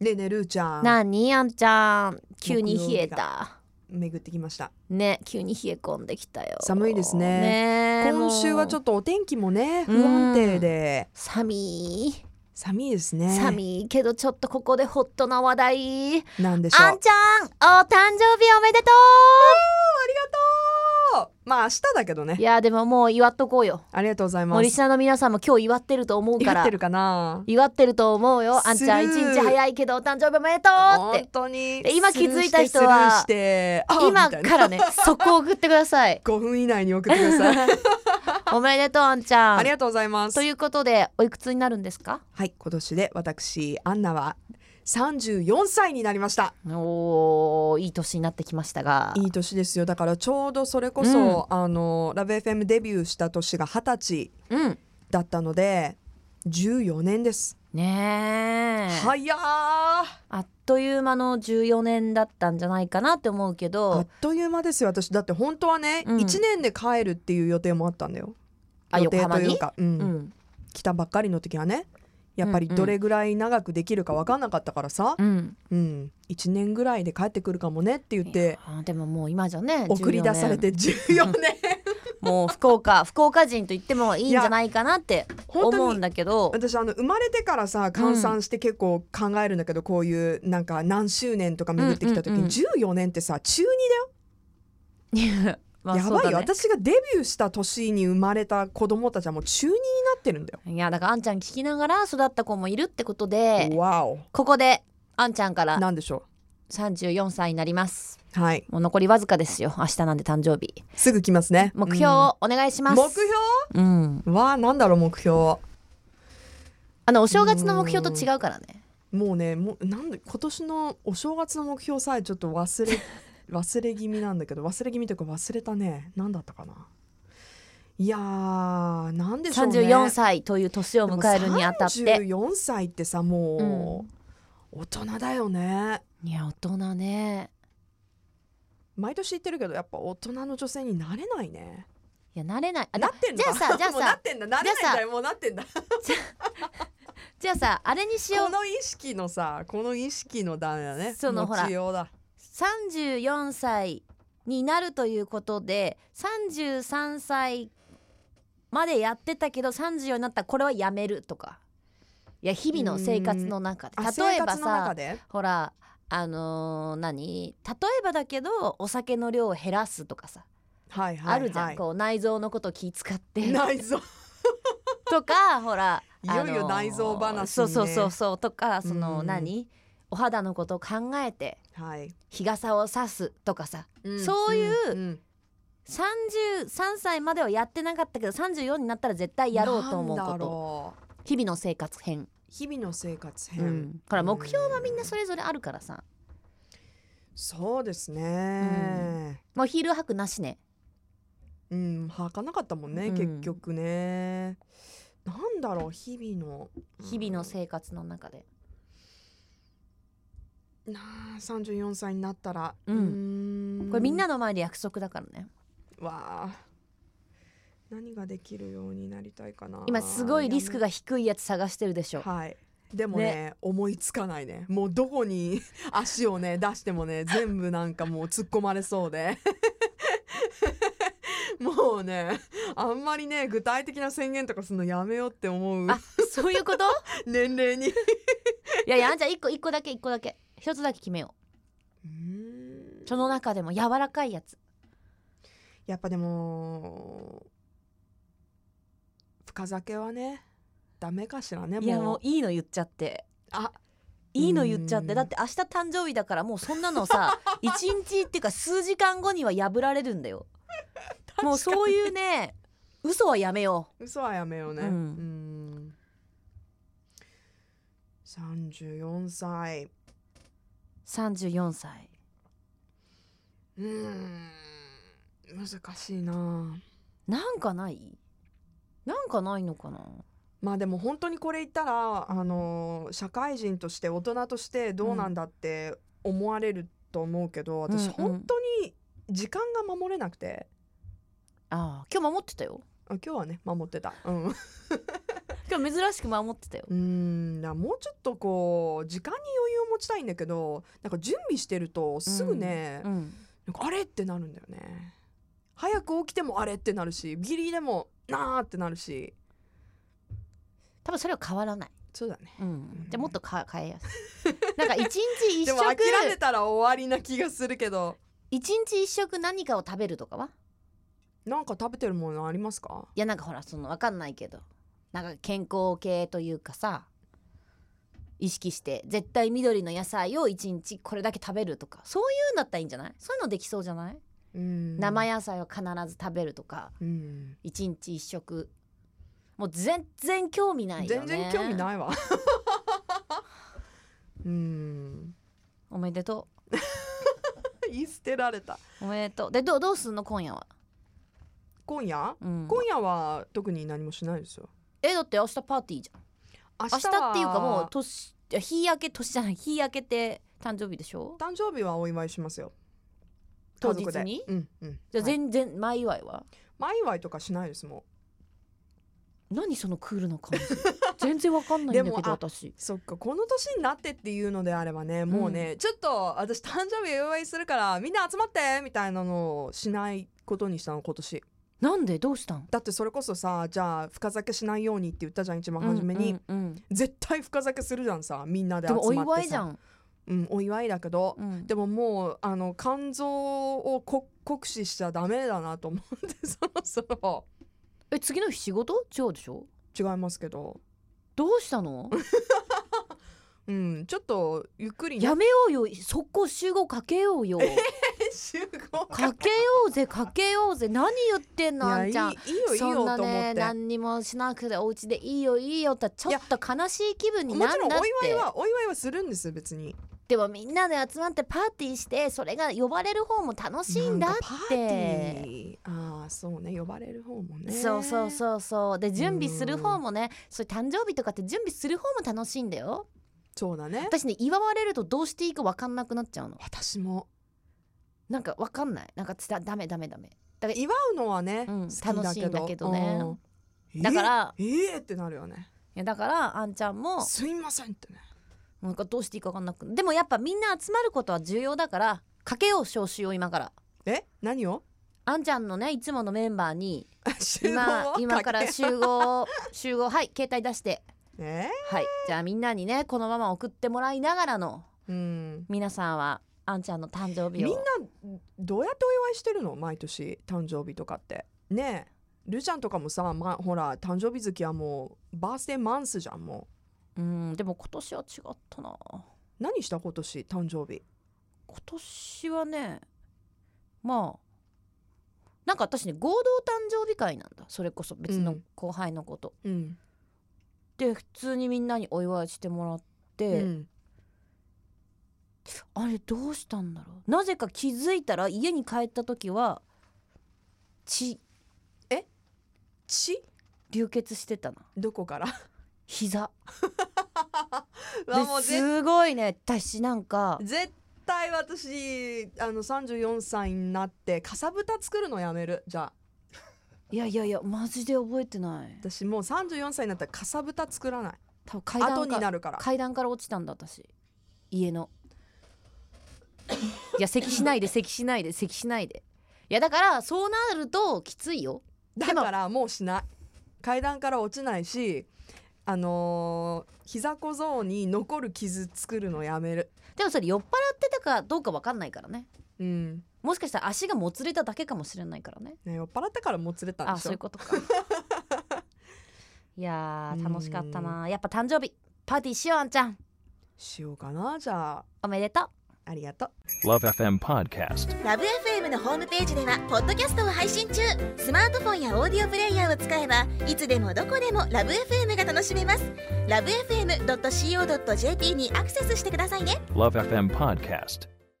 でねるーちゃんなにあんちゃん急に冷えた巡ってきましたね急に冷え込んできたよ寒いですねねえ今週はちょもうっとお天気もねう不ん安定で寒い寒いですね寒いけどちょっとここでホットな話題なんでしょうあんちゃんお誕生日おめでとありがとうまあ明日だけ どねういやでももう祝っとこうよありがとうございま森す下の皆さんも今日祝ってると思うか言っらてるかな祝ってると思うよあんちゃん一する日早いけどお誕生日おめでとうっ本て当にで今気づいた人スはルーしてスルーしてあ今みたいなからねそこ送ってくださ い5分以内に送ってください おめでとうあんちゃありんがとうございますということでおいくつになるんですかはい今年で私アンナは34歳になりましたおーいい年になってきましたがいい年ですよだからちょうどそれこそ、あのラブ FM デビューした年が二十歳うんだったので14年です、ねえ、早ーああっという間の14年だったんじゃないかなって思うけどっという間ですよ私だって本当はね、うん一年で帰るっていう予定もあったんだよあ予定横浜とにいうか、うんうん来たばっかりの時はねやっぱりうんうんどれぐらい長くできるか分かんなかったからさ、うんうん、1年ぐらいで帰ってくるかもねって言ってあでももう今じゃね送り出されて14年 もう福 岡福岡人と言ってもいいんじゃないかなって本思当うにんだけど私あの生まれてからさ換算して結構考えるんだけど、こういうなんか何周年とか巡ってきた時うんうんうんに、14年ってさ中2 まあやそうばいよ、だね私がデビューした年に生まれた子供たちはもう中2になってるんだよ。いやだからあんちゃん聞きながら育った子もいるってことでわおここであんちゃんからなんでしょ34歳になりますうはいもう残りわずかですよ明日なんで誕生日すぐ来ますね目標をお願いしうんます、目標うん、はなんだろう目標もあのお正月の目標と違うからねうねもうなんで今年のお正月の目標さえちょっと忘 れ忘れ気味なんだけど忘れ気味というか忘れたね何だったかないやーなんでしょうね34歳という年を迎えるにあたっでても34歳ってさもう、大人だよねいや大人ね毎年言ってるけどやっぱ大人の女性になれないねいや慣れないあなだってんだじゃあさじゃあさ もうなってんだなれないんだよもうなってんだじゃあさあれにしようこの意識のさこの意識の段だねそのほら持ちようだ34歳になるということで33歳までやってたけど34になったらこれはやめるとかいや日々の生活の中であ例えば生活の中さでほらあのー何例えばだけどお酒の量を減らすとかさ、はいはいはいあるじゃんこう内臓のこと気遣って内臓 とかほら いよいよ内臓話にねそうそうそうそうとかそのうん何お肌のことを考えてはい、日傘を差すとかさんそういううんん33歳まではやってなかったけど34になったら絶対やろうと思うなんこだとろう日々の生活編、日々の生活う編、ん、ほら目標はみんなそれぞれあるからさそうですねもうヒール履くなしねうん、履かなかったもんね、うん結局ねなんだろう日々の日々の生活の中でなあ34歳になったらうんーこれみんなの前で約束だからねわあ何ができるようになりたいかな今すごいリスクが低いやつ探してるでしょはいでもね思いつかないねもうどこに 足をね出してもね全部なんかもう突っ込まれそうで もうねあんまりね具体的な宣言とかするのやめようって思うあそういうこと年齢にいやいやあんちゃん一個一個だけ一個だけ一つだけ決めようーんうその中でも柔らかいやつやっぱでも深酒はねダメかしらねもういやもういいの言っちゃってあいいの言っちゃっうてんだって明日誕生日だからもうそんなの さ一日っていうか数時間後には破られるんだよもうそういうね嘘はやめよ嘘はやめようね。ううんーん。三十四歳。う34歳うーん。難しいな。なんかないなんかないのかなまあでも本当にこれ言ったら、あの社会人として大人としてどうなんだって思われると思うけど、うん私うん本当に時間が守れなくて、ああ今日守ってたよあ今日はね守ってた。うん。う今日珍しく守ってたよーん。だからもうちょっとこう時間に余裕を持持ちたいんだけどなんか準備してるとすぐね、うんなんかあれってなるんだよね早く起きてもあれってなるしギリでもなーってなるし多分それは変わらない、そうだねうん、じゃあもっとか変えやす いなんか一日一で食も諦めたら終わりな気がするけど一日一食何かを食べるとかはなんか食べてるものありますかいやなんかほらそのわかんないけどなんか健康系というかさ意識して絶対緑の野菜を一日これだけ食べるとかそういうんだったらいいんじゃないそういうのできそうじゃない、うん生野菜を必ず食べるとかうん一日一食もう全然興味ないよ全ね然興味いないわ うんおめでと言い捨てられたうおめでとうでどうどうすんの今夜は、今夜うん、今夜は特に何もしないですよえだって明日パーティーじゃん明明日はっていうかもう年いや日明け年じゃない日明けて誕生日でしょ誕生日はお祝いしますよ当家日族でにうんうんじゃあはい全然前祝いは前祝いとかしないですもう何そのクールな 感じ全然わかんないんだでけもどあ私そっかこの年になってっていうのであればねもうね、ちょっと私誕生日お祝いするからみんな集まってみたいなのをしないことにしたの今年なんでどうしたんだってそれこそさじゃあ深酒しないようにって言ったじゃん一番初めに、うんうんうん絶対深酒するじゃんさみんなで集でまもってさお祝いじゃん、うん、お祝いだけど、うんでももうあの肝臓をこ酷使しちゃダメだなと思ってそろそろえ次の日仕事違うでしょ違いますけどどうしたのうんちょっとゆっくりねやめようよ速攻集合かけようよ 集 合かけようぜかけようぜ何言ってんのあんいちゃやいいんいいよいいよとそん思っなて、ね何にもしなくてお家でいいよいいよってちょっと悲しい気分にもなちるろんんだっお祝いてはお祝いはするんです別にでもみんなで集まってパーティーしてそれが呼ばれる方も楽しいんだなっかパーテてィーああそうね呼ばれる方もねそうそうそうそうで準備する方もねそういう誕生日とかって準備する方も楽しいんだよそうだね私ね祝われるとどうしていいか分かんなくなっちゃうの私もなんか分かんないなんかつだダメダメダメ祝うのはね、うん好きだけど楽しいんだけどねうんだからえーえーってなるよねいやだからあんちゃんもすいませんってねなんかどうしていいか分かんなくでもやっぱみんな集まることは重要だからかけよう招集を今からえ何を あんちゃんのねいつものメンバーに集合今を今からけ集合集合はい携帯出してえはいじゃあみんなにねこのまま送ってもらいながらのーうん皆さんはあんちゃんの誕生日みをんなどうやってお祝いしてるの毎年誕生日とかってねえルちゃんとかもさ、ま、ほら誕生日月はもうバースデーマンスじゃんもうんでも今年は違ったなう何した今年誕生日今年はねまあなんか私ね合同誕生日会なんだそれこそ別うのん後輩のこと、うんで普通にみんなにお祝いしてもらっうて、ん、あれどうしたんだろうなぜか気づいたら家に帰った時は血血流血してたなどこから膝う わもうでぜすごいね私なんか絶対私あの34歳になってかさぶた作るのやめるじゃあいやいやいやマジで覚えてない私もう34歳になったらかさぶた作らない多分階後段にかなるから階段から落ちたんだ私家のいや咳しないで咳しないで咳しないでいやだからそうなるときついよだからもうしない階段から落ちないしあのー膝小僧に残る傷作るのやめるでもそれ酔っ払ってたかどうかわかんないからねうん、もしかしたら足がもつれただけかもしれないからねね、酔っ払ったからもつれたんあでしそういうょことかいやー楽しかったなやっぱ誕生日パーティーしようあんちゃんしようかなじゃあおめでとうありがとう Love FM Podcast. ラブ f m のホームページではポッドキャストを配信中スマートフォンやオーディオプレイヤーを使えばいつでもどこでもラブ f m が楽しめますラブ FM.co.jp にアクセスしてくださいね Love FM Podcast.